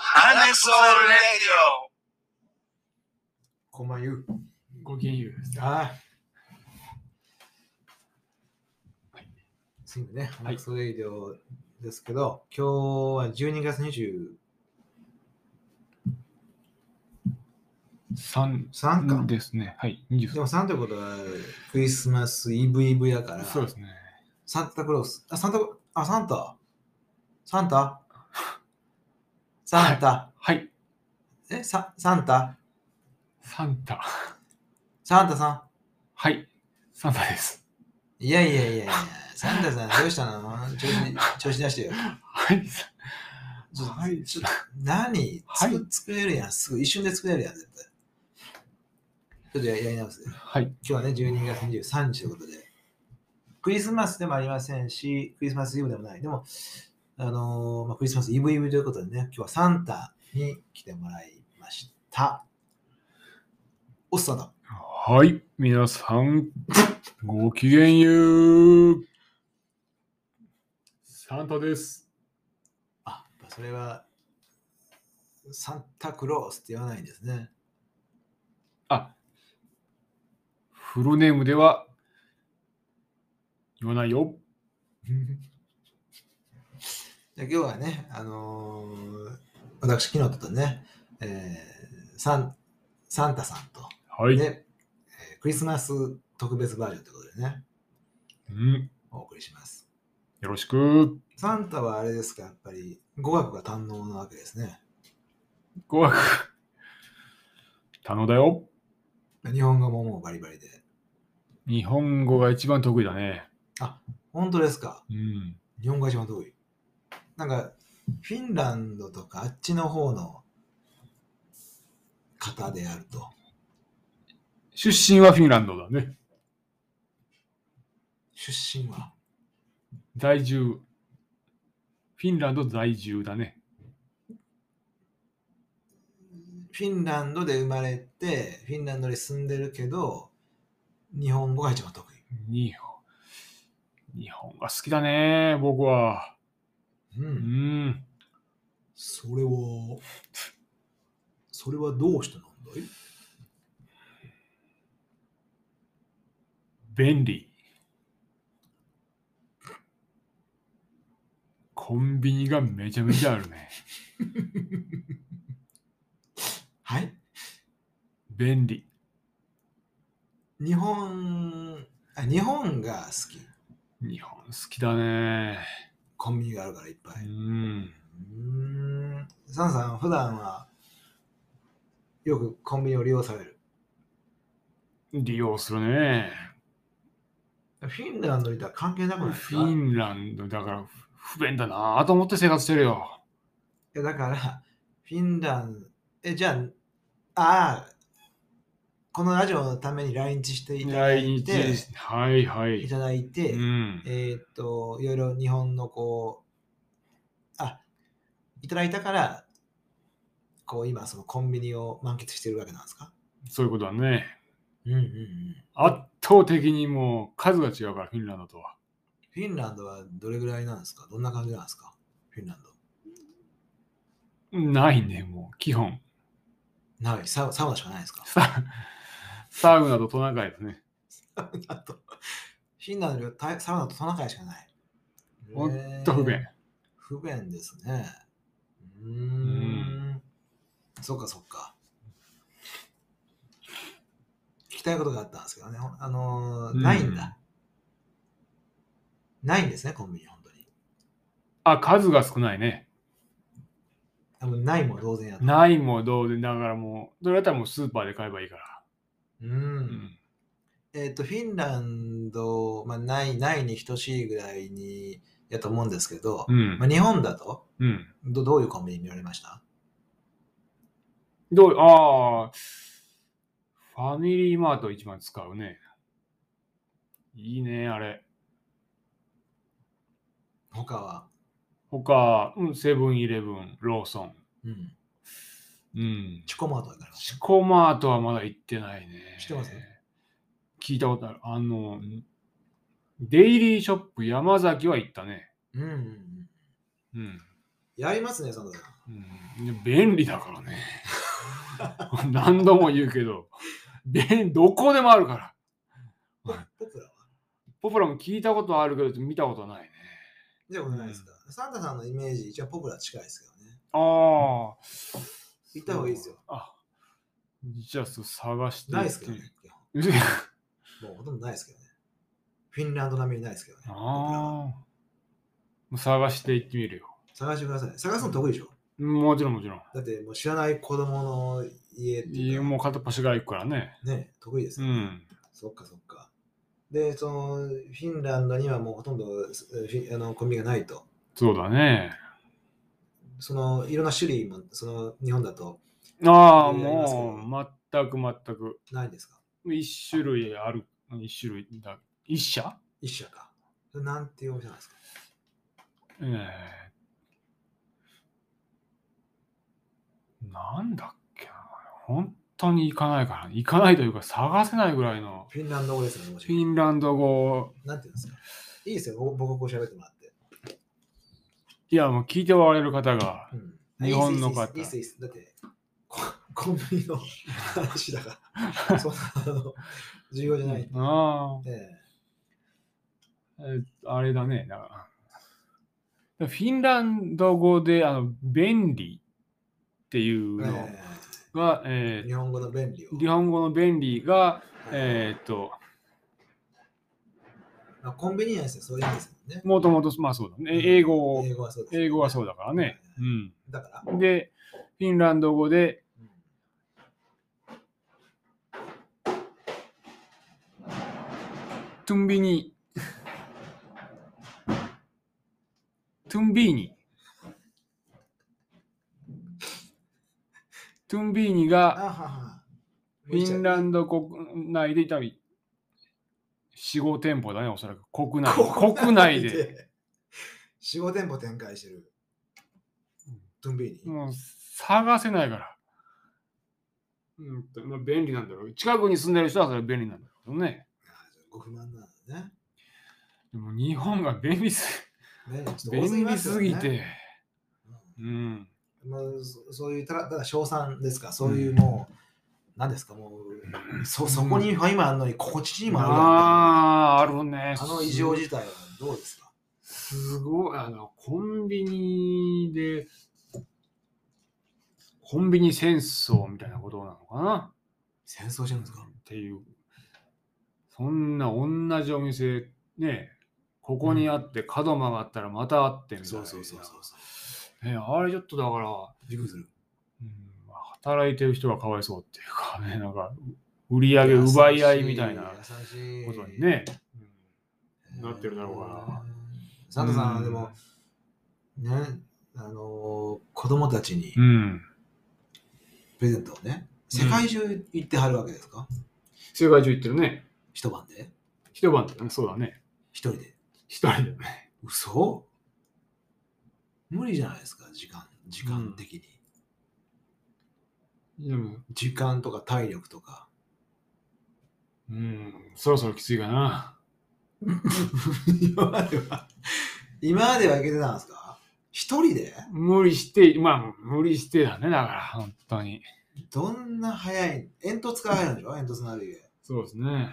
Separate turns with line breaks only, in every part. ソウルレ
こんばんゆう。
ごきげんゆうです。
ああ
はい。
次のね、
はい
クソレイディオですけど、今日は12月23
3
か。
ですね。はい。23
でも3ということは、クリスマスイブイブやから、
そうですね。
サンタクロース。あ、サンタ、あ、サンタ。サンタサンタ。
はい。
え、ササンタ
サンタ。
サンタさん
はい。サンタです。
いやいやいやいや、サンタさんどうしたの調子調子出してよ。
はい。
ちょ
はい
ちょ何、
はい
つく作れるやん。すぐ一瞬で作れるやん、絶対。ちょっとややり直す。今
はい。
日はね、12月23日ということで。クリスマスでもありませんし、クリスマスイブでもない。でも、あのーまあ、クリスマスイブイブということでね、今日はサンタに来てもらいました。おっさんだ。
はい。皆さん、ごきげんゆう。サンタです。
あ、やっぱそれは、サンタクロースって言わないんですね。
あ、フルネームでは言わないよ。
で今日はね、あのー私、昨日とね、えーサン、サンタさんと、
はい。
で、えークリスマス特別バージョンということでね、
うん。
お送りします。
よろしく。
サンタはあれですか、やっぱり語学が堪能なわけですね。
語学。頼んだよ。
日本語ももうバリバリで。
日本語が一番得意だね。
本当ですか
うん。
日本語が一番遠い。なんか、フィンランドとかあっちの方の方であると。
出身はフィンランドだね。
出身は。
在住。フィンランド在住だね。
フィンランドで生まれて、フィンランドに住んでるけど、日本語が一番得意。
日本。日本が好きだね、僕は。
う
う。ん。
それは、それはどうしてなんだい
便利。コンビニがめちゃめちゃあるね。
はい。
便利。
日本、あ日本が好き。
日本好きだね。
コンビニがあるからいっぱ
う
い。
ん。
うーん。サンさん、普段は、よくコンビニを利用される。
利用するね。
フィンランドにいたら関係なくないです
フ
か
ィ
い
ンランドだから不便だなと思って生活してるよ。
や、だから、フィンランド、え、じゃあ、ああ、このラジオのために来日していただ
来
い
日
て、
はいはい。
いただいて、
うん、
えーっと、いろいろ日本のこう、あ、いただいたから、こう今そのコンビニを満喫してるわけなんですか
そういうことだね。
うんうんうん。
圧倒的にもう数が違うから、フィンランドとは。
フィンランドはどれぐらいなんですかどんな感じなんですかフィンランド。
ないね、もう、基本。
ない、サウサウナしかないですか
ササウナとトナカイですね。
あと、フィンランドよりたサウナとトナカイしかない。
ほんと不
えー
便。
不便ですね。うーん。
ん
そっかそっか。聞きたいことがあったんですけどね。ほんあのー
うん
ないんだ。ないんですね、コンビニ、本当に。
あ、数が少ないね。
あもうないも同然やと
ないも同然だからもう、それだったらもうスーパーで買えばいいから。
う。
うんん。
えっ、と、フィンランド、まあ、ない、ないに等しいぐらいに、やと思うんですけど、
うん
まあ、。日本だと
うん、
ど、どういうコンビニ見られました
どうああ、ファミリーマート一番使うね。いいね、あれ。
他は。
他、うんセブンイレブン、ローソン。
うん。
うん。
チョコマートだから。
チコマートはまだ行ってないね。
知ってます
聞いたことある。あの、デイリーショップ山崎は行ったね。
うんうんうん。
うん。
やりますね、サンタさん。
うん便利だからね。 何度も言うけど、便どこでもあるから。
ポポプラは
ポプラも聞いたことあるけど、見たことはないね。
じゃあ、これないですか。サンタさんのイメージ、一応ポプラ近いですけどね。
ああ。
行った方がいいですよ。
あじゃあ、そう探して。
ないですけどね。基本もうほとんどないですけどね。フィンランド並みにないですけどね。
ああ。
ポプラは
もう探していってみるよ。
探してください。探すの得意でしょ。
もちろんもちろん。
だって、もう知らない子供の家ってい
家
うか
もう片っ端から行くからね。
ね、得意です
う
よ、
ん。
そっかそっか。で、その、フィンランドにはもうほとんどえーフィンあのコンビニがないと。
そうだね。
その、いろんな種類も、その、日本だと
ああ、
いろいろありますけど
もう、全く全く。
ないんですか
一種類ある。一種類だ。一社
一社か。それなんていうお店なんですか
えーなんだっけな。本当に行かないから。行かないというか、探せないぐらいの。
フィンランド語ですよね、もち
フ
ろん
ィンランド語、
なんていうんですかいいですよ、僕僕こう喋ってもらって。
いや、もう聞いておられる方が
う、ん
日本の方
いいですいいですいいですいいですだってコ、 コンビニの話だ から、そんなあの重要じゃない。
あ
え
あ、えあれだね、だから。フィンランド語で、あの、便利っていう
え
の
え
が、
え
え
日本語の便利を
ー。日本語の便利が、えーっと、
まあ、コンビニエンスはそういう意味ですもんね。
もともと、まあそうだね、英語、
英語はそうです、
英語はそうだからね。
だから、
うん。で、フィンランド語で、
うん
トゥンビニ、トゥンビーニ、トゥンビーニ
あ
が、
はは。
フィンラ
ド。
ンド国内で多分4、5店舗だね、おそらく。国内。国
国内
内で。
で。4、5店舗展開してる
うん。
トゥンビーニ。
もう探せないから。うんと、まあ便利なんだろう。近くに住んでる人はそれ便利なんだろうね。
ああじゃあご不満なのね。
でも日本が便利す、
ねちょっと多
便利
ます
す
よね
ぎて。
う
うん。
んまあ、そそういう、ただ、ただ、賞賛ですか、そういうもう、なんですか、もう、そ、そこにファイマーあるのに、心地にもあ
ああ、あるね
る。あの異常事態はどうですか
すごい、あの、コンビニで、コンビニ戦争みたいなことなのかな
戦争してるんですか
っていう。そんな同じお店、ね、ここにあって、角曲がったらまたあってみたい
そ
な。
うそうそうそうそう。
ねあれちょっとだから、
びっくりする。
うん、働いてる人がかわいそうっていうかね、なんか、売り上げ奪い合いみたいなこ
優しい。。
とにね、なってるだろうから
サンタさんは
うん
でも、ね、あのー子供たちに
うん。
プレゼントをね、世界中行ってはるわけですか、
世界中行ってるね。
一晩で
一晩だね、そうだね。
一人で。
一人だね。
嘘無理じゃないですか、時間、時間的に。
でも、
時間とか体力とか。
うん、そろそろきついかな。
今までは、今まではいけてたんですか一人で
無理して、まあ、無理してだね、だから、本当に。
どんな早い、煙突から入るんでしょ煙突のある家。
そうですね。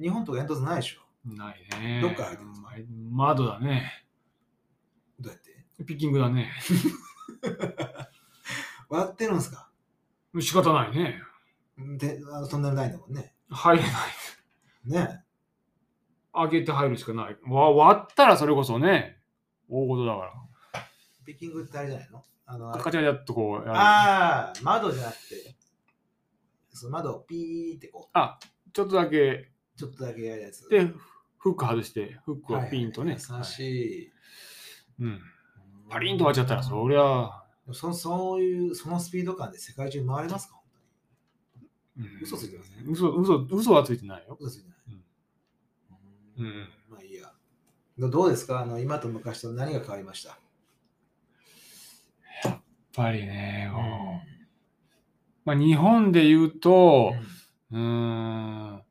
日本とか煙突ないでしょ
ないね。
どっから入ってるんですか
窓だね。
どうやって
ピッキングだね。
割ってるんですか
仕方ないね。
で、あのトンネルないんだもんね。
入れない。
ね
開けて入るしかない。わ割ったらそれこそね、大事だか
ピッキングってあれじゃないのあの、あ
ら。
れ
カチャカチャっとこうやる。
あー、窓じゃなくて、その窓をピーってこ
ちょっとだけ。
う、ちょっとだけやるやつ。
で、フック外して、フックはピンとね。
はい優しい。
うん。パリンと割っちゃったら、そりゃ、
そそういう、そのスピード感で世界中回れますか本
うん
嘘ついてません
嘘、嘘、嘘はついてないよ。
当に嘘ついてない。
うん
うんまあいいや。どどうですかあの今と昔と何が変わりました、
やっぱりね、もうまあ、日本で言うと、うーん、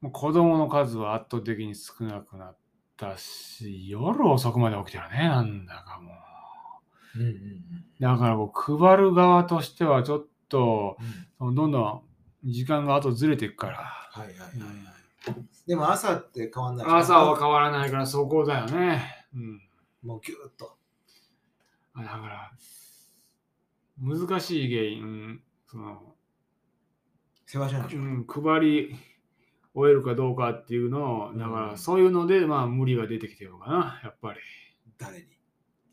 もう子供の数は圧倒的に少なくなったし、夜遅くまで起きてるね、なんだかも
う
う。
んうんうん
だからもう配る側としてはちょっと、
うん
どんどん時間が後ずれていくから。
はいはいはいはい。でも朝って変わんない。
朝は変わらないからそこだよね。うん。
もうギューッと。
だから、難しい原因、その、
世話しないでしょ。
うん、配り終えるかどうかっていうのを、だか
うん
らそういうので、まあ無理が出てきてるのかな、やっぱり。
誰に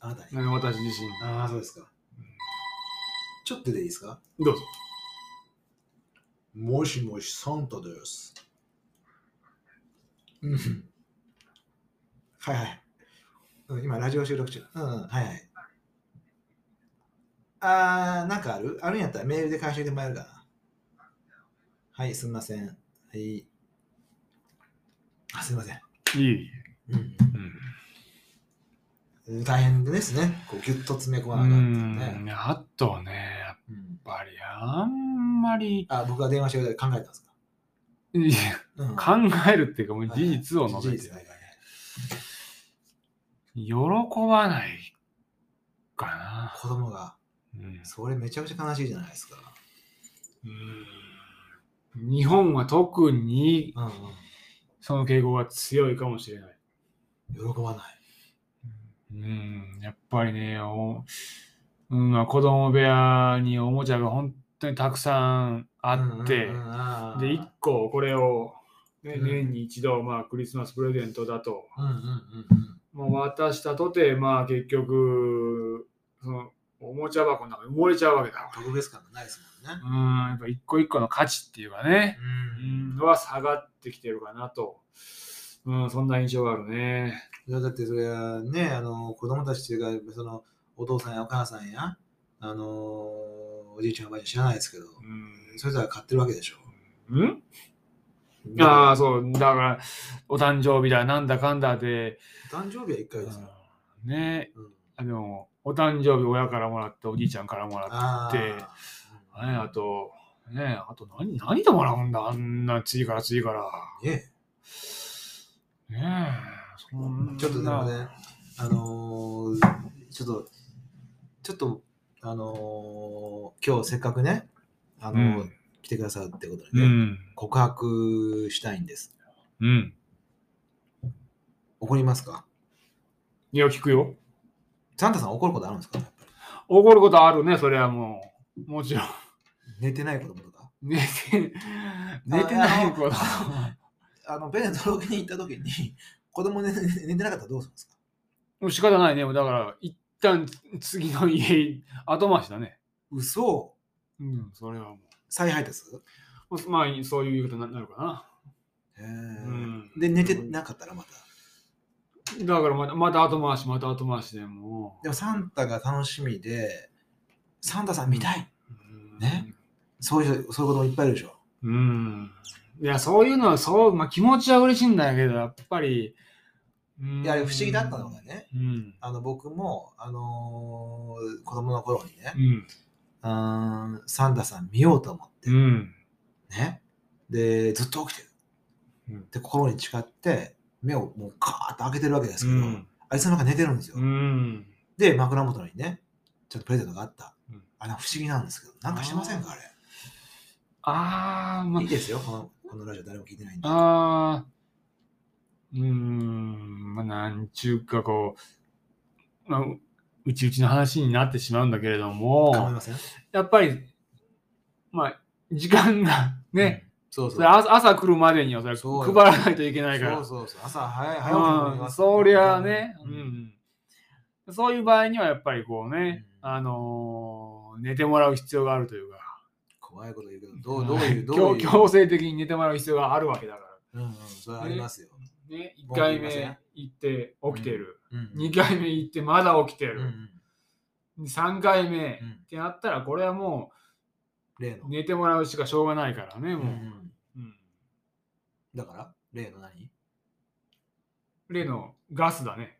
あなたに。
ね私自身。
ああ、そうですか。ちょっとでいいですか
どうぞ。
もしもし、サンタです。うん。はいはい。うん今、ラジオ収録中。うん、うんはいはい。あー、なんかあるあるんやったらメールで回収してもらえるかな。はい、すみません。はい。あ、すみません。
いい。
うん
うん
うん、大変ですね。こうギュッと詰め込
う
まなかったね。
ん、あとね、やっ
うん
ぱりあんまり、
あ、僕が電話してくれたら考えたんですか、
いや
うん
考えるっていうかもう事実を述べ
事
て
実
る
だからね
喜ばないかな。
子供が、
うん
それめちゃくちゃ悲しいじゃないですか。
うん日本は特に
うん
その傾向が強いかもしれない。
うん、喜ばない。
うん、やっぱりね、おうんまあ、子供部屋におもちゃが本当にたくさんあって、
うんうんうんあー
で、1個これを、ね
うん
年に一度、まあ、クリスマスプレゼントだと、
うんうん
まあ、渡したとて、まあ、結局、そのおもちゃ箱の中に埋もれちゃうわけだか
う
ら。
んうん、特別感がないですもんね。
うん、やっぱ一個一個の価値っていうかね、
う
う、
ん
は下がってきてるかなと、うん、そんな印象があるね。
いやだってそれはね、あの子供たちがそのお父さんやお母さんやあのおじいちゃんおばあちゃん知らないですけど、
うん、
それぞれ買ってるわけでしょ。
うん、ああ、そう、だから、お誕生日だ、なんだかんだで、
誕生日は1回ですよ。
うんね、
うん
あの、お誕生日親からもらって、おじいちゃんからもらって、
あー
ね、あと、ね、あと何、何でもらうんだ、あんな次から次から。
ね
ねえ、そんな
ちょっとでもね、あのーちょっと、ちょっと、あのー今日せっかくね、あのー
うん
来てくださるってこと
う
でね、
ん、
告白したいんです。
うん。
怒りますか
いや、聞くよ。
サンタさん怒ることあるんですかやっぱり
怒ることあるね、それはもう。もちろん。
寝てない子供とか。
寝て、寝てないこと。
あの、ベネトロケに行った時に、子供寝寝てなかったらどうするんですか
もう仕方ないね。もうだから、一旦次の家、後回しだね。
嘘
うん、それはも
再配達
う。もうまあ、そういうことになるか
へえ
な。うん。
で、寝てなかったらまた。
だからまた、また後回し、また後回しでも
でもサンタが楽しみで、サンタさん見たい、
う。うん
ね。そういう、そういうこともいっぱいいるでしょ。
うん。いや、そういうのは、そう、まあ気持ちは嬉しいんだけど、やっぱり。うん
いや、あれ不思議だったのが。ね、
うん。
あの僕も、あのー子供の頃にね
う、ん。
うーん、サンタさん見ようと思って、
うん。
ね、で、ずっと起きてる。
うん
で、心に誓って、目をもうカーッと開けてるわけです
う
けど、
ん。
あいつの中寝てるんですよ。
うん。
で、枕元にね、ちょっとプレゼントがあった。
うん
あれ不思議なんですけど、なんかしてませんかあれ。
ああ、まあ
いい、ですよ、このこのラジオ誰も聞いてないんで。
ああ、うーん、まあ、なんちゅうかこう、まあ、ううちうちの話になってしまうんだけれど
構い
も、
ません
やっぱり、まあ、時間がね、、
そうそう。
それ朝朝来るまでにはそれ
そう
配
よ
らないといけないか
そう
ら、
そうそう。朝早い早起きの方
う
が
ん、そりゃあね、
う
うんん、そういう場合にはやっぱりこうね、
うん
あのー寝てもらう必要があるというか、
怖いこと言うけど、どうどういう、どうい
強
う。
強制的に寝てもらう必要があるわけだから。
うんうん、それありますよ。
ね、
文
1
句言い
回
ま
目
す
行
ね
って起きてる、
うん
二2回目行ってまだ起きて
うんう
る、
ん
三3回目、
う
っ
ん
てなったらこれはも
例
う
の。
寝てもらうしかしょうがないからね
う
もう、うん
んだから、例の何
例のガスだね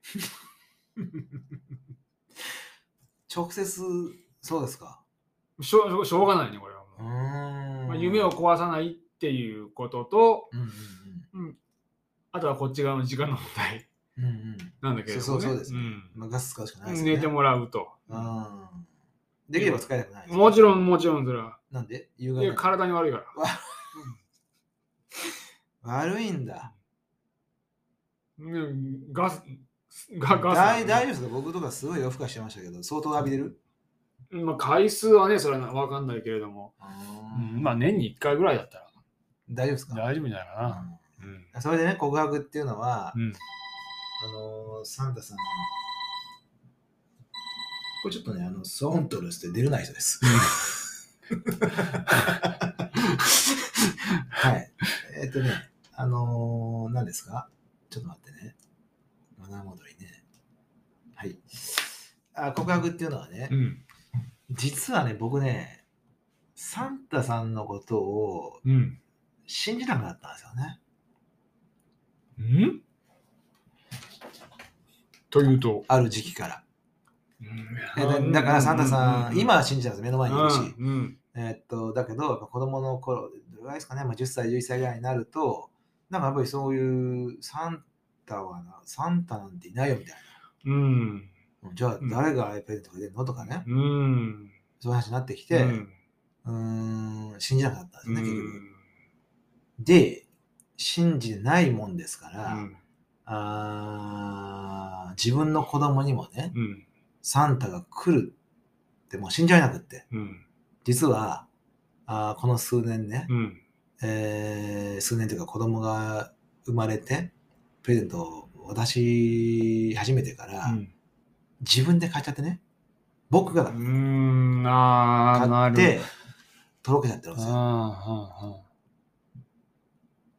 直接、そうですか。
しょうしょうがないねこれは
う
もう、
ん。
まあ、夢を壊さないっていうことと
うんうん
あとはこっち側の時間の問題
うんうん。
なんだけれど
そ
も、ね。
うそうそうですね
ん
まあ、ガス使うしかないですよね。
寝てもらうと。
うんできれば使いたくないですね
もちろん、もちろん、それは。
なんで有
い
害な
や、
の
体に悪いから。
悪いんだ。
うんガス、ガガス、
大大丈夫ですか僕とかすごい夜更かししてましたけど、相当浴びてる
まあ、回数はね、それはわかんないけれども。まあ、年に1回ぐらいだったら
大丈夫ですか
大丈夫じゃないかな。う
う
ん
んそれでね、告白っていうのは、
うん
あのーサンタさんの、これちょっとね、あの、ソーントルスって出れない人です。はい。えっ、とね、あのー何ですかちょっと待ってね。七戻りね。はい。あ、告白っていうのはね、
うん。
実はね、僕ね、サンタさんのことを
うん。
信じなくなったんですよね。
うんというと。
ある時期から。
い
え
や
だだからサンタさん、今、は信じてます、目の
う
前にいるし。
んうん
えっと、だけど、やっぱ子供の頃、どれぐらいですかね、まあ、10歳、11歳ぐらいになると、なんかやっぱりそういうサンタはな、サンタなんていないよみたい
うん。
な。じゃあ
うん
誰がプレゼントくれるのとかね、
うん。
そういう話になってきて、
う
うんーん、信じなかったんですね、結
う
局。
ん
で、信じないもんですから、
うん
あー自分の子供にもね、
うん
サンタが来るってもう信じられなくって、
うん
実は、あーこの数年ね、
うん
えー数年というか子供が生まれて、プレゼントを渡し始めてから、自分で買っちゃってね、僕が
うーん、ああ、
買
なる
っ
ほ
て、
ど
とろけちゃってるんですよ。
あ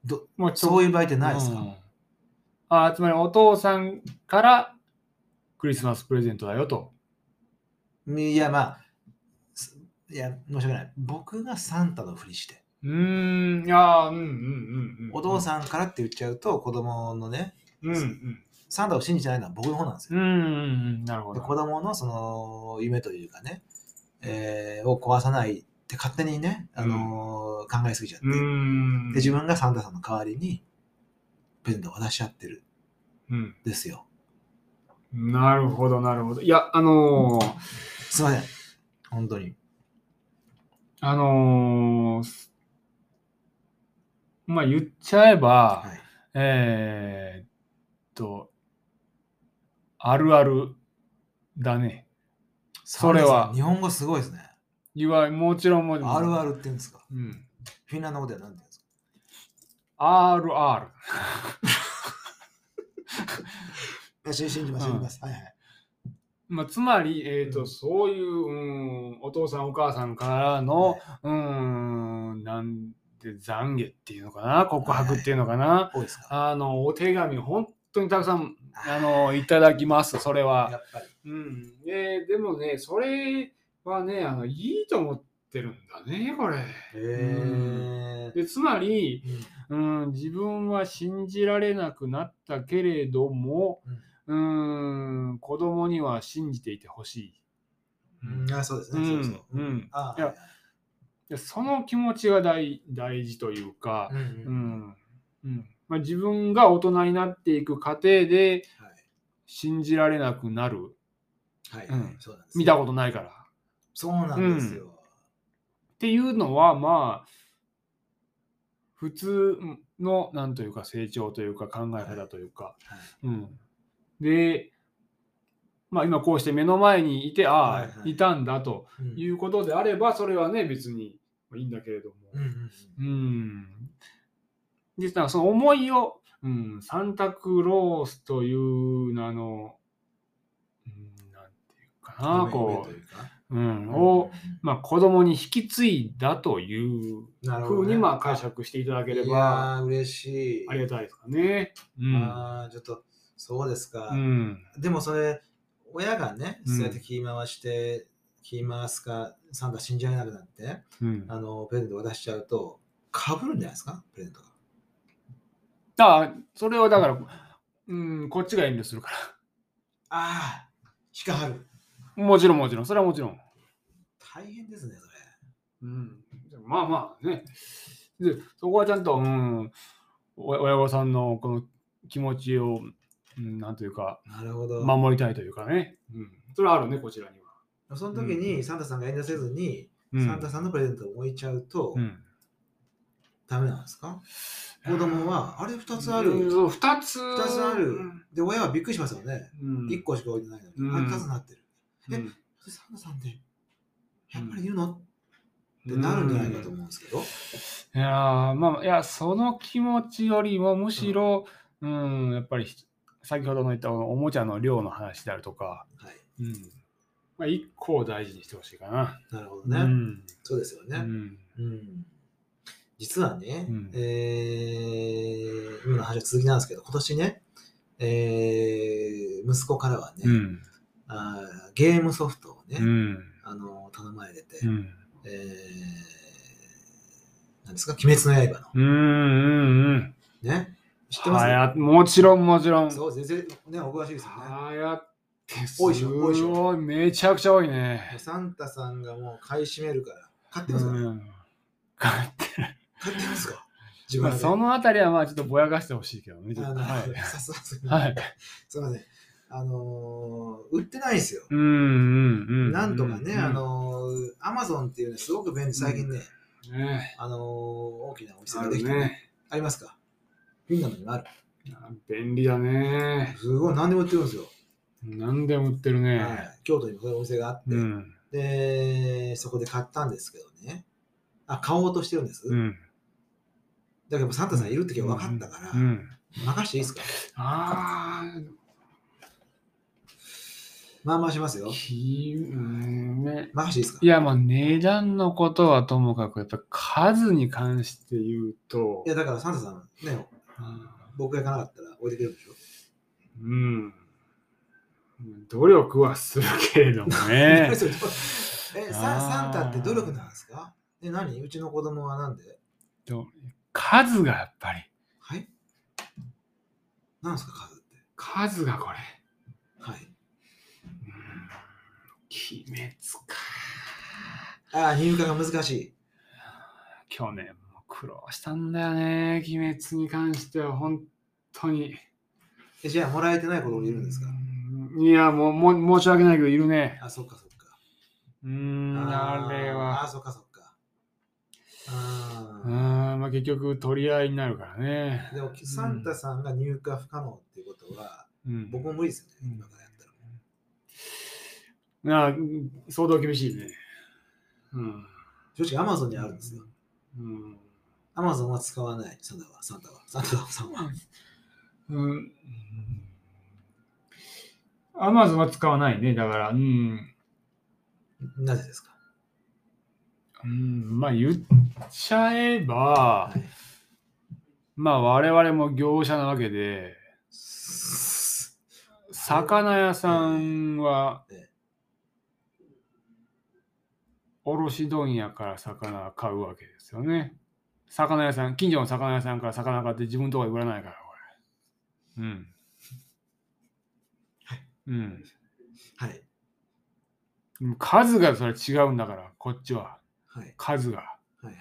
ど
あ、もう
そう
いう
いう場合ってないですか、
ああ、つまりお父さんからクリスマスプレゼントだよと。
いや、まあ、すいや、申し訳ない。僕がサンタのふりして、
うーん、いやー、うんうんうんうん。
お父さんからって言っちゃうと、子供のね、
ん。うんうん。
サンタを信じてないのは僕の方なんです
うん
よ。
うんうん、なるほ
で
ど。
子供のその夢というかね、えーを壊さないって勝手にね、あのー考えすぎちゃって、
うーん。
で自分がサンタさんの代わりにプレゼントを渡し合ってる
うん。
んですよ。
なるほど、なるほど。いや、あのー、
すいません。本当に。
あのー、すまあ言っちゃえば、
はい。
えーっと、あるあるだね。それは
サンタさん日本語すごいですね。
いわもちろんもちろん
あるあるって言うんですか。
うん。
フィンランド語では何て言うんですか。
RR。
いや信信じます、
うん
信じます。はいはい。
まあ、つまり、えーっと
うん
そういう、うん、お父さんお母さんからの、うん、なんで懺悔っていうのかな、告白っていうのかな、
多いですか。
あの、お手紙、本当にたくさん、あの、いただきます、それは。
やっぱり。
うん、ででもね、それはねあの、いいと思ってるんだね、これ。
へー
でつまり、
うん
うん、自分は信じられなくなったけれども、うん、子供には信じていてほしい。
うん。あ、そうです
う
ね。そうそ
ん
う。
うん
あ
いやでその気持ちが大大事というか、
うんう
うんんうんまあ、自分が大人になっていく過程で信じられなくなる。
はい。はいは
う
い。
ん
そうなんです。
見たことないから。
そうなんですよ。
っていうのはまあ普通のなんというか成長というか考え方というか、
はい
うん、でまあ今こうして目の前にいてああ、
はい
い
はい
たんだと
うん
いうことであればそれはね別にいいんだけれども、
うんうん
うん、でだからその思いを、うん、サンタクロースという名の、うん、なんていうかな
夢夢
こと
いうか
う、うん、を、
う
まあ、子供に引き継いだというん
なるほ
ふ
ど
う
ね
にまあ解釈していただけれ
い
ば
やー嬉しい。
ありがたいですかね。うん
ああ、ちょっと、そうですか。
うん
でもそれ、親がね、
うん
そうやって気回して、気回すか、サンタ信じられなくなって、
うん
あの、プレゼント渡しちゃうと、かぶるんじゃないですか、プレゼントが。
だからそれはだから、うん、こっちが遠慮するか
ああ、引っかかる。
ら。 もちろんもちろん、それはもちろん。
大変ですね、それ。
うん、まあまあね。でそこはちゃんと、うん、お親御さんのこの気持ちをうん、なんというか、
なるほど。
守りたいというかね。うん、それはあるね、こちらには。
その時にサンタさんが遠慮せずに、
うん、
サンタさんのプレゼントを置いちゃうと、
うん、
ダメなんですか子供は、あれ2つある。
うんそう二つ。
二つあるで、親はびっくりしますよね。
うん。
1個しか置いてないのに、
うん
あれ2つになってる。
うん。
それサンタさんって、やっぱり言うのってなるんじゃないかと思うんですけど。
いやーまあ、いや、その気持ちよりも、むしろ、うん、やっぱりひ、先ほどの言ったこのおもちゃの量の話であるとか、
はい。
うん。まあ、一個を大事にしてほしいかな。
なるほど
う
ね。
ん。
そうですよ
う
ね。
ん。
うん実はね、
うん
えー今の話は続きなんですけど、今年ね、えー息子からはね、
うん。
あーゲームソフトをね、
うん。
あの頼まれて、
うん。
えーなんですか、鬼滅の刃
うん。うん。
の。ね、知ってます、
はや、もちろん、もちろん。
そう、全然、ね、お詳しいですよね。
はやってす
多いでしょ多いでしょ
ごいめちゃくちゃ多いね。
サンタさんがもう買い占めるから、買って
う
ますか、
ん。 買ってる
買ってますか自
ま
分
あ
で
そのあたりはまあちょっとぼやかしてほしいけどね。ちょ
あ
っと
な
は
るほど
い。
さすがですね
はい。
すいません。あのー売ってないんですよ。
うんうんうん。
なんとかね、
うん
あ、のー、アマゾンっていうね、すごく便利、最近ね、
ね
あのー大きなお店
あ
が
る
できてね、あ
ね。
りますかフィンランドにもある。
あ便利だね。
すごい、何でも売ってるんですよ。
何でも売ってるね。
はい、京都にもそういうお店があって、
うん。
で、そこで買ったんですけどね、あ、買おうとしてるんです。
うん。
だけど、サンタさんいるって今日分かったから、
うん。
任していいですか
あ
まあまあしますよ
あ、。き、うんね。
任していいですか
いや、まあ値段のことはともかく、やっぱ数に関して言うと、
いや、だからサンタさん、ね、僕が行かなかったら置いてくれるでしょ。
うん。努力はするけれども ね。
え、ササンタって努力なんですかえ、何うちの子供はなんで
と数がやっぱり、
はいなんですか、数って。
数がこれ。
はい。
鬼滅か。
ああ、入荷が難しい。
去年も苦労したんだよね。鬼滅に関しては本当に。
えじゃあ、もらえてない子供いるんですか
うんいや、もうもう申し訳ないけど、いるね。
あ、そっかそっか。
うーん、あれ
あー、
は。
そっかそっか。あ
うーん、まあ、結局取り合いになるからね
あ。。でも、サンタさんが入荷不可能っていうことは、
うん、
僕も無理ですよね。
うん
今からやったら。
なあ、うん相当厳しいね。うん。
正直、アマゾンにあるんですよ。
うん。
アマゾンは使わない。サンタは、サンタは、サンタは、サンタは。
うん。アマゾンは使わないね。だから、うん。
なぜですか
うん、まあ言っちゃえば、
はい。
まあ我々も業者なわけで、
す
魚屋さんは
ええ、
卸問屋から魚買うわけですよね。魚屋さん、近所の魚屋さんから魚買って自分のとこで売らないから、これ。うん。うん。
はい。
数がそれ違うんだから、こっちは。
はい。
数が。
はい。はい。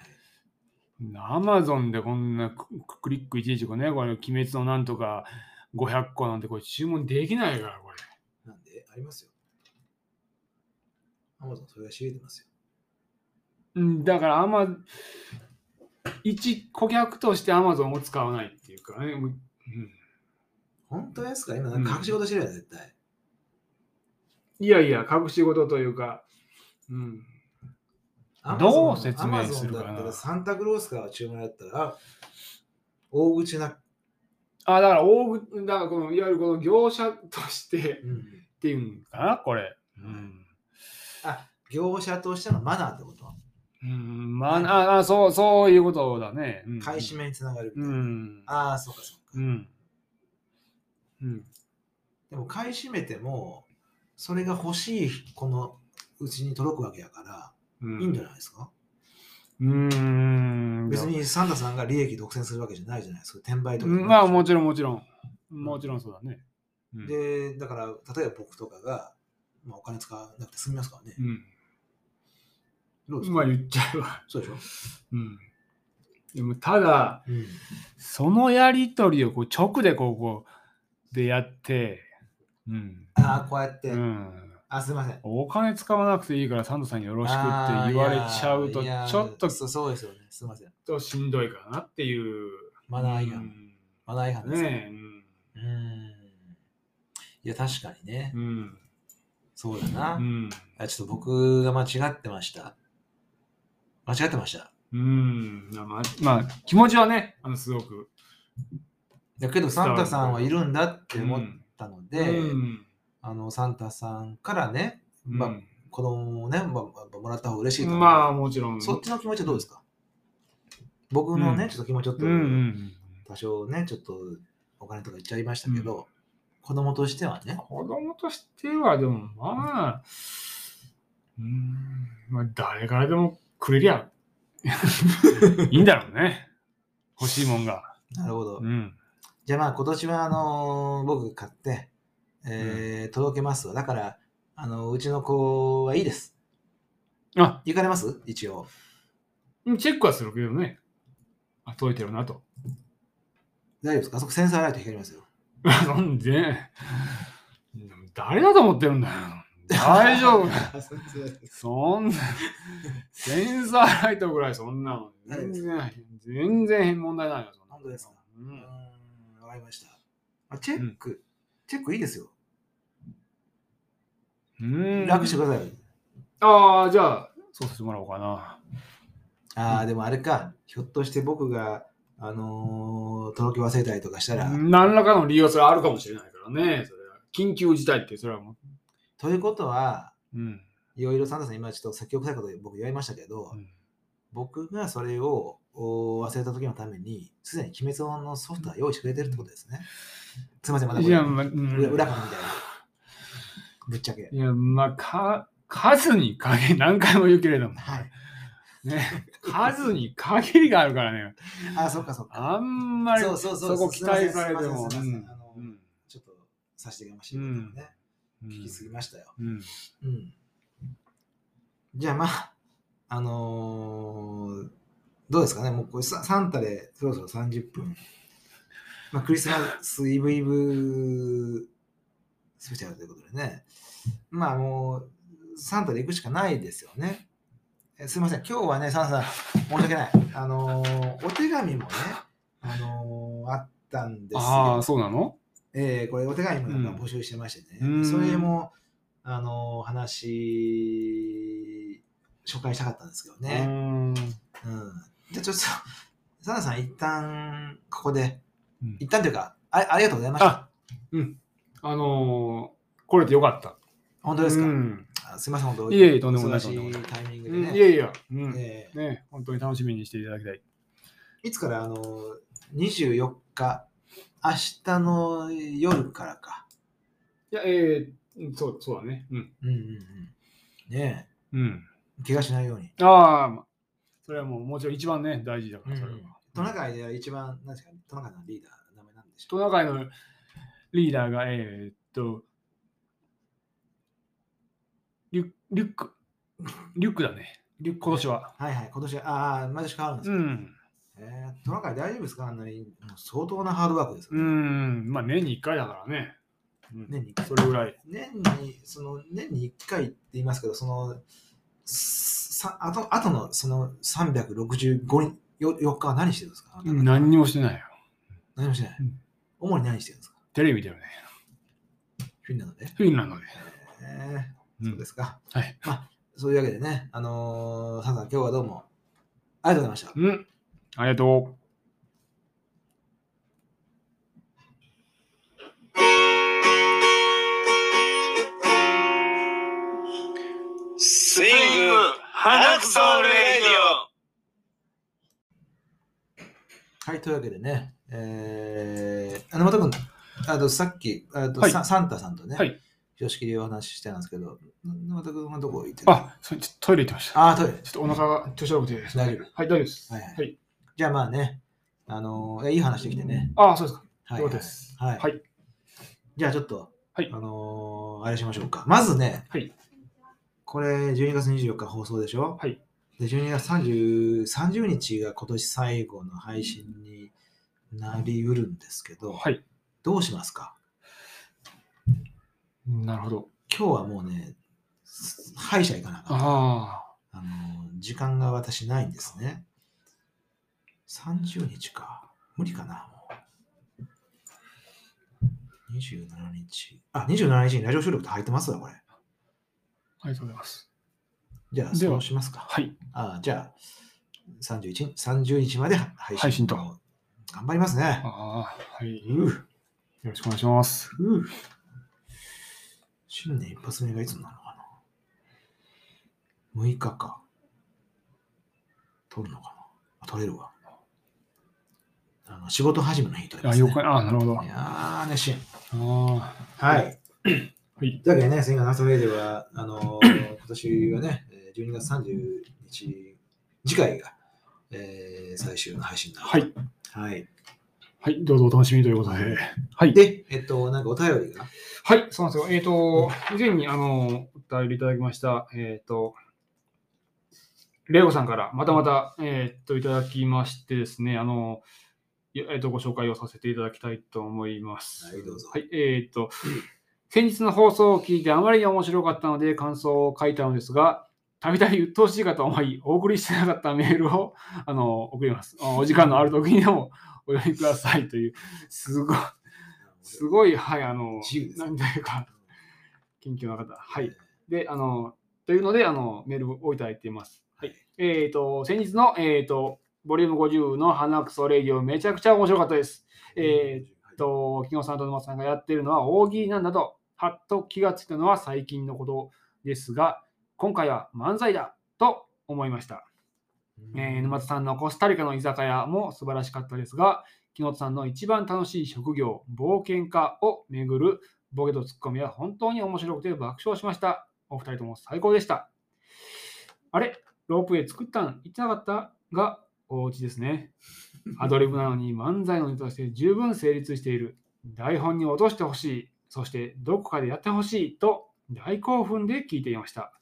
アマゾンでこんなククリック115ね、これ、鬼滅のなんとか500個なんて、これ注文できないから、これ。
なんで、ありますよ。アマゾン、それが知れてますよ。
うん、だから、あんま、一顧客としてアマゾンを使わないっていうかね、うん
本当ですか今、なんか隠し事してるよ、絶対。
いやいや、隠し事というか、うん、どう説明するかな
Amazon だったらサンタクロースから注文だったら、大口な、
あ、だから大口、だからこの、いわゆるこの業者として
うん
っていうんかな、これ。うん、
あ、業者としてのマナーってこと。
うん、まあ、ああそう、そういうことだね。うん
買い占めにつながるみ
う
たいな。
ん。
ああ、そうかそうか。
うん。うん。
でも、買い占めても、それが欲しいこのうちに届くわけやから、
うん。
いいんじゃないですか、
うん。
別にサンタさんが利益独占するわけじゃないじゃないですか。転売とかじゃな
う
いでしょ。
ん。まあ、もちろん、もちろん。もちろんそうだね。うん、
で、だから、例えば僕とかが、まあ、お金使わなくて済みますからね
う。ん。
どうですか、
まあ、言っちゃえば。
そうでしょ、
うん。でも、ただ、
うん、
そのやりとりをこう直でこう、こう、でやって、うん。
ああ、こうやって、
うん。
あ、すいません。
お金使わなくていいからサンドさんよろしくって言われちゃうと、
あーいやー
ちょっと
そうそうですよね。すいません。
としんどいかなっていう。
マナー違
う
反。
ん
マナー違反ですね。
ねえ。うん
うーん。いや、確かにね。
うん。
そうだな、
うん。
あ。ちょっと僕が間違ってました。間違ってました。
うん。まあ、まあ、気持ちはね、あの、すごく。
だけど、サンタさんはいるんだって思っ
うん
たので、
うん
あのサンタさんからね、まあ
うん
子供をね、ままもらった方が嬉しいと思う
まあ、もちろん。
そっちの気持ちはどうですか僕のね、
うん
ちょっと気持ちちょっと、
うんうん。
多少ね、ちょっとお金とか言っちゃいましたけど、子供としてはね、
子供としては、でも、まあ、うん、まあ、誰からでもくれりゃ、いいんだろうね。欲しいもんが。
なるほど。
うん。
じゃあまあ今年はあのー僕買って、えー届けますわ。だから、あのうちの子はいいです。
あ、
行かれます一応。
チェックはするけどね。あ、解いてるなと。
大丈夫ですかあそこセンサーライト光りますよ。
なんで、誰だと思ってるんだよ。大 丈夫。そんな、センサーライトぐらいそんなの。全然、全然問題ないよ。そんな
本当ですか
う
うんーんわかりました。あチェック、チェックいいですよ。
うん。
楽してください。
ああ、じゃあ、そうしてもらおうかな。
ああ、でもあれか、ひょっとして僕が、あのー届け忘れたりとかしたら、
何らかの理由はそれはあるかもしれないからね。それは緊急事態って、それはも
ということは、
う。うん。
いろいろサンタさん、今ちょっと先送りたいこと僕言いましたけど、
うん
僕がそれをお忘れた時のために、すでに鬼滅のソフトは用意してくれてるってことですね。すいません、まだこ
い
れ
や、ま、うん
裏裏感みたいな。ぶっちゃけ。
いや、まあ、か、数に限り、何回も言うけれども、
はい。
ね、 数に限りがあるからね、
あ、そっかそっか。
あんまり
そ
そう
そうそう
こ期待されても、
すいませんすいませんすいません
うん
あの
うん
ちょっと差し出がましいことをね、
うん
聞きすぎましたよ。
うん
うん。じゃあまあ、あのーどうですかね、もうこれササンタでそろそろ30分。まあ、クリスマスイブイブスペシャルということでね。まあもう、サンタで行くしかないですよね。えすいません、今日はね、サンタさん、申し訳ない。あのーお手紙もね、あのーあったんですよ。
ああ、そうなの
えーこれお手紙もなんか募集してましてね、
うん
それもあの話紹介したかったんですけど
う
ね、
ん
うんじゃあちょっとサナさん一旦ここで
うん
一旦というかあありがとうございました
あ、うん。あのー、来れてよかった。
本当ですか、
うん
あすいません本当
いえいえとんでもない
忙し
とん
い
でも
タイミング
う
で
ん
ね、
いやいや、うん
え
ね、本当に楽しみにしていただきたい。
ーいつからあの24日明日の夜からか
いや、えー、そうそうだね。うん。
うんうんうんね
うん、
え怪我しないように
ああ、まそれはもう、もちろん一番ね、大事だから、それは。
うんトナカイでは一番なんですかトナカイのリーダーの名前なんでしょう
トナカイのリーダーが、えーっと、リュリュック。リュックだね。
リュッ
今年は。
はいはい、今年は、ああ、毎年変わるんです
う
か、
ん。
えートナカイ大丈夫ですかあんなに、もう相当なハードワークです
う
よね。
ん。まあ、年に1回だからね。うん
年に一回
それぐらい。
年に、その、年に1回って言いますけど、その、さあとあとのその365日よ4日は何してるんですかあなた方
何にもしてないよ。
何もしてない、
うん
主に何してるんですか
テレビだよね。
フィンランドで。
フィンランドで。
えー
うん
そうですか。
はい。
まあ、そういうわけでね、あのー、サンさん、今日はどうもありがとうございました。
うん。ありがとう。
スイング花くそレディオ
はい、というわけでね、えー、あの、またくん、あとさっき、あと、
はい
ササンタさんとね、
はい
常識でお話ししてたんですけど、またくんはどこ行ってる
あ、それちょっとトイレ行ってました。
あー、トイレ。
ちょっとお腹が調子悪くて。
大丈夫。
はい、大丈夫です。
はいはい
はい。
じゃあまあね、あのーいやいい話できてね。
ああ、そうですか。
はい、
よかったです。
はい。
はい。
じゃあちょっと、
はい
あのーあれしましょうか。まずね、
はい
これ12月24日放送でしょ
はい。
で、12月 30, 30日が今年最後の配信になりうるんですけど、
はい。
どうしますか
なるほど。
今日はもうね、す歯医者行かなあかった。
ああ。
あのー時間が私ないんですね。30日か。無理かな、もう。27日。あ、27日にラジオ収録って入ってますわ、これ。
ありがとうございます。
じゃあ、
では
そうしますか。
はい。
あじゃあ、31日、30日まで配信
配信と
頑張りますね。
ああ、はい。よ
うう
ろしくお願いします。
うう新年一発目がいつになるのかな ?6 日か。取るのかなあ取れるわ。あの仕事始めの日取れま
あ、
す、ね。
了解。ああ、なるほど。
い
あ
やー、熱心。
あ。
はい。
はい。
というわけでね、千賀ナサウェイでは、あのー 今年はね、えー12月30日、次回が、えー最終の配信だ。
はい。
はい。
はい。どうぞお楽しみということで。はい。
で、えっと、なんかお便りが。
はい、そうなんですよ。えっ、と、以前にあの、お便りいただきました、えっ、と、レイゴさんからまたまた、えっ、と、いただきましてですね、あの、いやえっ、と、ご紹介をさせていただきたいと思います。
はい、どうぞ。
はい、えーっと、先日の放送を聞いてあまりに面白かったので感想を書いたのですが、たびたび鬱陶しいかと思い、お送りしてなかったメールをあの送ります。あお時間のある時にでもお寄りくださいという、すごい、すごい、はい、あの
自由で、す
なんというか、 緊急の方。はい。で、あの、というので、あの、メールをいただいています。はい。えっ、と、先日の、えっ、と、ボリューム50の花くそレディオ、めちゃくちゃ面白かったです。ええっと、木野さんと沼さんがやってるのは大喜利なんだと、はっと気がついたのは最近のことですが、今回は漫才だと思いました。
うん
えー沼津さんのコスタリカの居酒屋も素晴らしかったですが、木野さんの一番楽しい職業、冒険家をめぐるボケとツッコミは本当に面白くて爆笑しました。お二人とも最高でした。あれロープウェイ作ったん言ってなかったが、お家ですね。アドリブなのに漫才のネタとして十分成立している。台本に落としてほしい。そしてどこかでやってほしいと大興奮で聞いていました。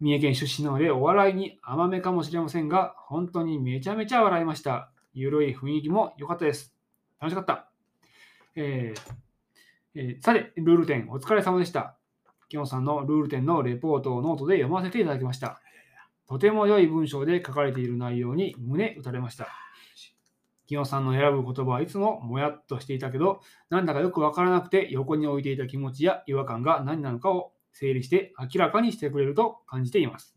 三重県出身なのでお笑いに甘めかもしれませんが、本当にめちゃめちゃ笑いました。ゆるい雰囲気も良かったです。楽しかった。えーえーさて、ルール展お疲れ様でした。きよさんのルール展のレポートをノートで読ませていただきました。とても良い文章で書かれている内容に胸打たれました。きよさんの選ぶ言葉はいつももやっとしていたけど、なんだかよくわからなくて横に置いていた気持ちや違和感が何なのかを整理して明らかにしてくれると感じています。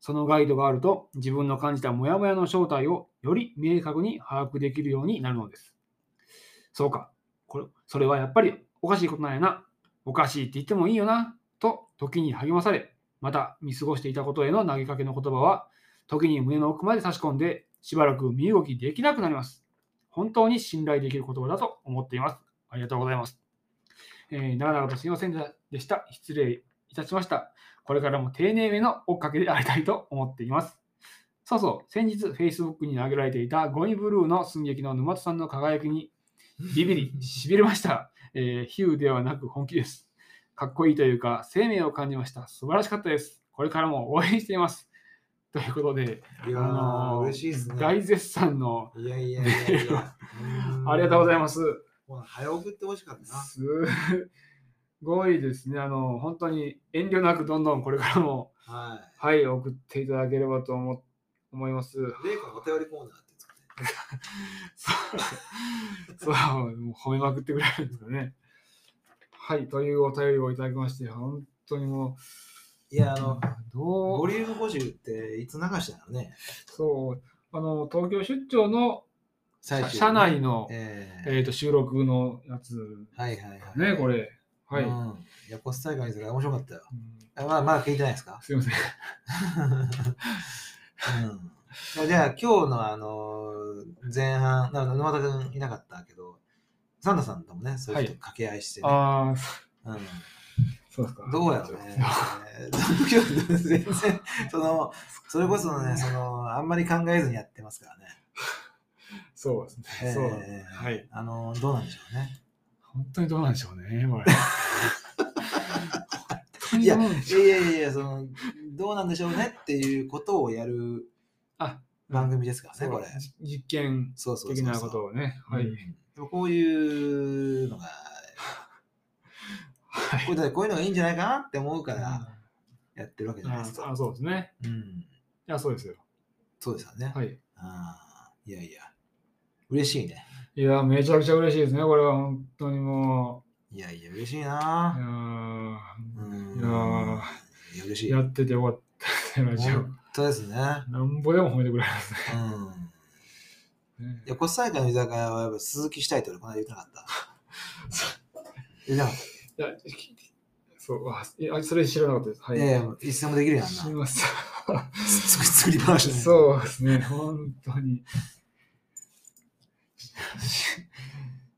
そのガイドがあると自分の感じたモヤモヤの正体をより明確に把握できるようになるのです。そうか、これそれはやっぱりおかしいことなんやな、おかしいって言ってもいいよな、と時に励まされ、また見過ごしていたことへの投げかけの言葉は、時に胸の奥まで差し込んで、しばらく身動きできなくなります。本当に信頼できる言葉だと思っています。ありがとうございます。えー長々とすみませんでした。失礼いたしました。これからも丁寧めの追っかけでありたいと思っています。そうそう、先日 Facebook に投げられていたゴイブルーの寸劇の沼津さんの輝きにビビり、しびれました。えー比喩ではなく本気です。かっこいいというか、生命を感じました。素晴らしかったです。これからも応援しています。ということで、
いや
あの
ー、
ー
嬉しいですね。
大絶賛の。
いやいやいやいや
ありがとうござい
す。
ます。
もう早送ってほしかったな。
すごいですね。あの、本当に遠慮なくどんどんこれからも、
は
はい、送っていただければと思思 います。
い。レイコのお便りコーナーって作って。
そう、そうもう褒めまくってくれるんですかね。はい、というお便りをいただきまして、本当にも
いや、あの
う、、ど
ボ
う、
リューム50っていつ流したのね。
そう、あの、東京出張の
最終
社内の、
え
えーと収録のやつ、
ーはいはいはい。
ね、これ。はい。
う
うん
ん。いや、コスタリカにするから面白かったよ。
ん
あまあ、まだ聞いてないですか、
す いません。
うん、じゃあ、今日のあのー前半、な沼田君いなかったけど、サンタさんともね、そういう人掛け合いしてね、
ああ、
うん
そうですか。
どうやろう ね。全然、その、それこそね、その、あんまり考えずにやってますからね。
そうですね。そう。
えー
はい。
あの、どうなんでしょう ね。
本当にどうなんでしょうね、これ。本当 に
いや、
どうなんで
い
しょう
やいやいや、その、どうなんでしょうねっていうことをやる
あ
番組ですからね、これ。
じ実験
そうそうそうそう。
的なことをね。はい。
うん。でもこういうのが、
はい
こういうのこういうのがいいんじゃないかなって思うから
あ
やってるわけじゃないです
あ
か。
そうですね。
うん、
いや、そうですよ。
そうですよね。
はい。
あーいやいや、嬉しいね。
いや、めちゃくちゃ嬉しいですね。これは本当にも、
いやいや、嬉しいう
う
な。
ん
うん
いやー
いや嬉しい。
や
本
っててよかったね、ラジオ。
当ですね。
なんぼでも褒めてくれます
うん。
ね
い。や、コスタリカの居酒屋はやっぱ鈴木したいって俺この間言ってなかった。 言ってなかっ
いや、そう、あ、いやそれ知らなかったです。
た。
はい
い。やいや、いつでもできるやん
すみ
な。
ません。
つく作り話ね。
そうですね、本当に。し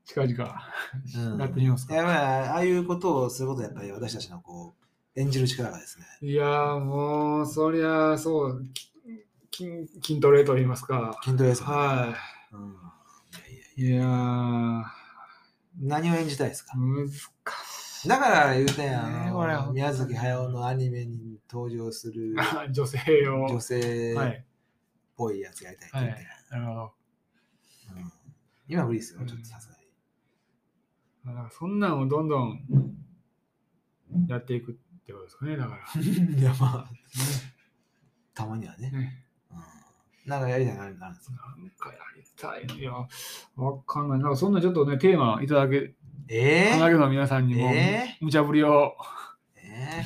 近々、
うん
やってみますか。
やっぱりああいうことをすることでやっぱり私たちのこう演じる力がですね。
いやーもう、そりゃ、そう、き筋筋トレと言いますか。
筋トレですね、
は
うんいやいや
い。いやー、
何を演じたいですか、
難し
だから言うてんや
ねえこれ
ん、宮崎駿のアニメに登場す る
い。女性を。
女性
は
っ
い。
ぽいやつやりたいって言ってんや
なるほど。
ん、うん今無理ですよ、ちょっとさすがに。
まあだからそんなんをどんどんやっていくってことですかね、だから。
いやまあ、たまにはね。
ね
うん、なんかやりたいなるなるんですか
なんかやりたいのいや、わかんない。なんかそんなちょっとね、テーマいただけ、
え
いただ
ー、
けの皆さんにも、
え
無茶ぶりを
え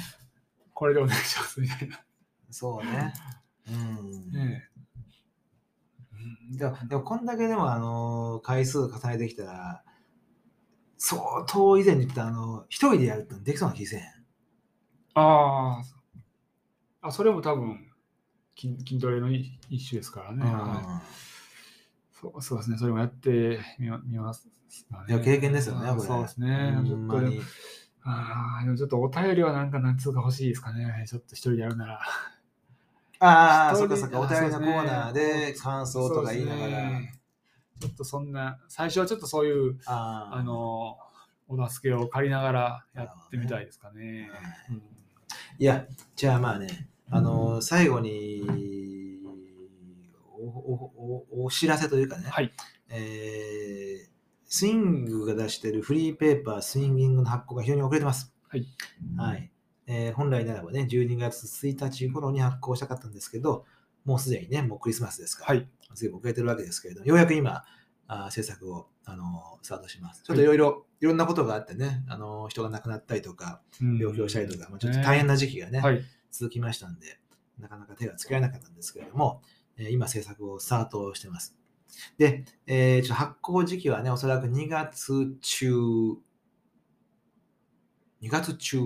これでお願いしますみたいな。
ー、そうね。うん。
ね
でも、でもこんだけでも、あのー回数重ねてきたら、相当以前に言った、あのー一人でやるってできそうな気せえへん。
ああ、そうあ、それも多分筋筋トレの一一種ですからね。はいそうそうですね、それもやってみまみます、
いや経験ですよね
あー
これ
そうです
う
ね。
ん、
ち
ほ
ょ
ん
っ
ま
と
に。
ああ、でもちょっとお便りはなんか何通か欲しいですかね。ちょっと一人でやるなら。
ああ、
一
そっ
人
かそっか、お便りのコーナーで感想とか言いなが
そう
ら。
ですねちょっとそんな、最初はちょっとそういう、
あー
あの、お助けを借りながらやってみたいですかね。うん
いや、じゃあまあね、あのー最後におおおお知らせというかね、
はい
えースイングが出しているフリーペーパー、スインギングの発行が非常に遅れてます。
はい
はいえー本来ならばね、12月1日頃に発行したかったんですけど、もうすでにね、もうクリスマスですから、
はい。
随分遅れてるわけですけれども、ようやく今、あー制作を、あのースタートします。ちょっといろいろ、いろんなことがあってね、あのー人が亡くなったりとか、病気をしたりとか、まあ、ちょっと大変
な、
な時期がね、
はい。
続きましたんで、なかなか手がつけられなかったんですけれども、えー今制作をスタートしてます。で、えーちょっと発行時期はね、おそらく2月中、2月中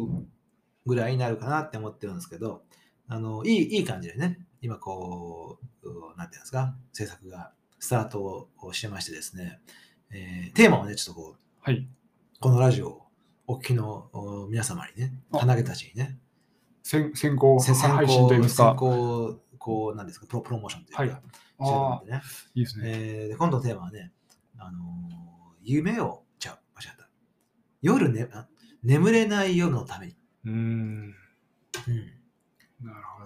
ぐらいになるかなって思ってるんですけど、あのいいいい感じでね、今こう、うなんていうんですか、制作がスタートをしてましてですね、えーテーマをね、ちょっとこう、
はい。
このラジオをお聞きのお皆様にね、
あ
花毛たちにね、
先先行
せ先行
配信といいます
先
か。
行こうなんですかプロプロモーションというか、
はい
してる
ああ
ん、でね
いいですね。
えーで今度のテーマはね、あのー夢をちゃう間違った夜、ね、あ眠れない夜のために、
うーん。
うん
なる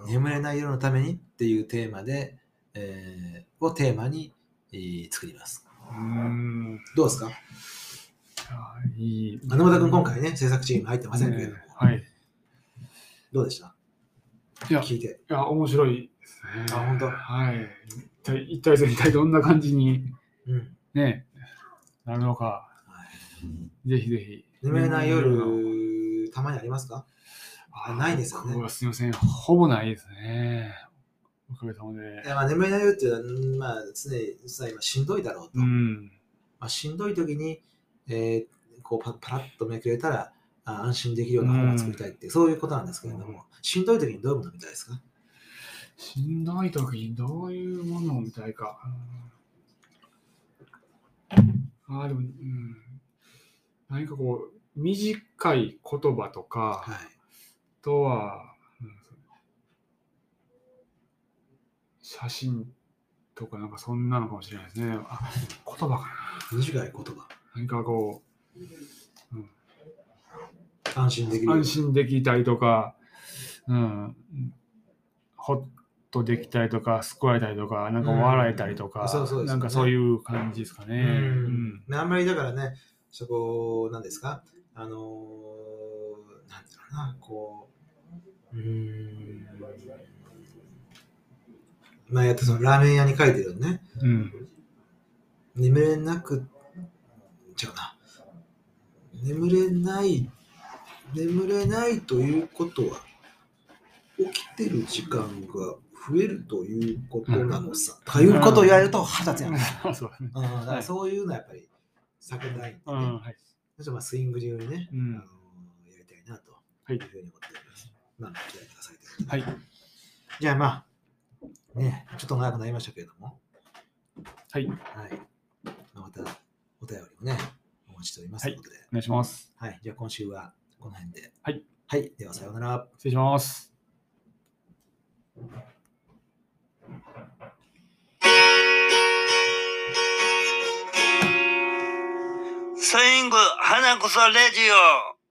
ほど。
眠れない夜のためにっていうテーマで、えーをテーマに、えー作ります
うーん。
どうですか
あーいい。
野村君今回ね制作チーム入ってませんけれども、
ねはい。
どうでした
いや
聞いて
いや、面白いですね。
あ本当
はい。一体、一体全体どんな感じに
うん、
ね、なるのか、
はい、
ぜひぜひ。
眠れない夜たまにありますか
あ
ないですよね
僕はすみません、ほぼないですね。おかげさま
い
で。
やまあ眠れない夜っていうのはうん、まあ、常に実は今しんどいだろうと、
うん。
まあ、しんどい時に、えーこうパパラッとめくれたらあ安心できるような本を作りたいっていう、そういうことなんですけれども、
うん
しんどい時にどういうものみたいですか
しんどい時にどういうものを見たいか。うんあーでも、うん。何かこう、短い言葉とか、
はい
あとは、うん写真とかなんかそんなのかもしれないですね。あ、言葉かな。
短い言葉
何かこう、
安心できるような
安心できたりとか、うん、ほっとできたりとか、救われたりとか、なんか笑えたりとか、
うんそうそうですね
なんかそういう感じですかね。
うん、あんまりだからね、そこ、なんですか、あのーなんだろうな、こう、うーん。まあ、やったそのラーメン屋に書いてるよね。
うん。
眠れなく、違うな。眠れない、眠れないということは、起きてる時間が増えるということなのさ。とかいうことを言われると腹立つやん。
そうだね。
うん、だからそういうのはやっぱり避けたいんでね。
う、
うん
はい。
ちょっとまあスイング流にね、
う
あの
ん。
やりたいなと
はい
いうふうに思っております。まあ、期待くださいということで
はい。
じゃあまあ、ね、ちょっと長くなりましたけれども、
はい。お
はい。まあまたお便りをね、お待ちしておりますということで、
願いします。
はい。じゃあ今週はこの辺で。
はい。
はい。では、さようなら。
失礼します。
スイング花こそレディオ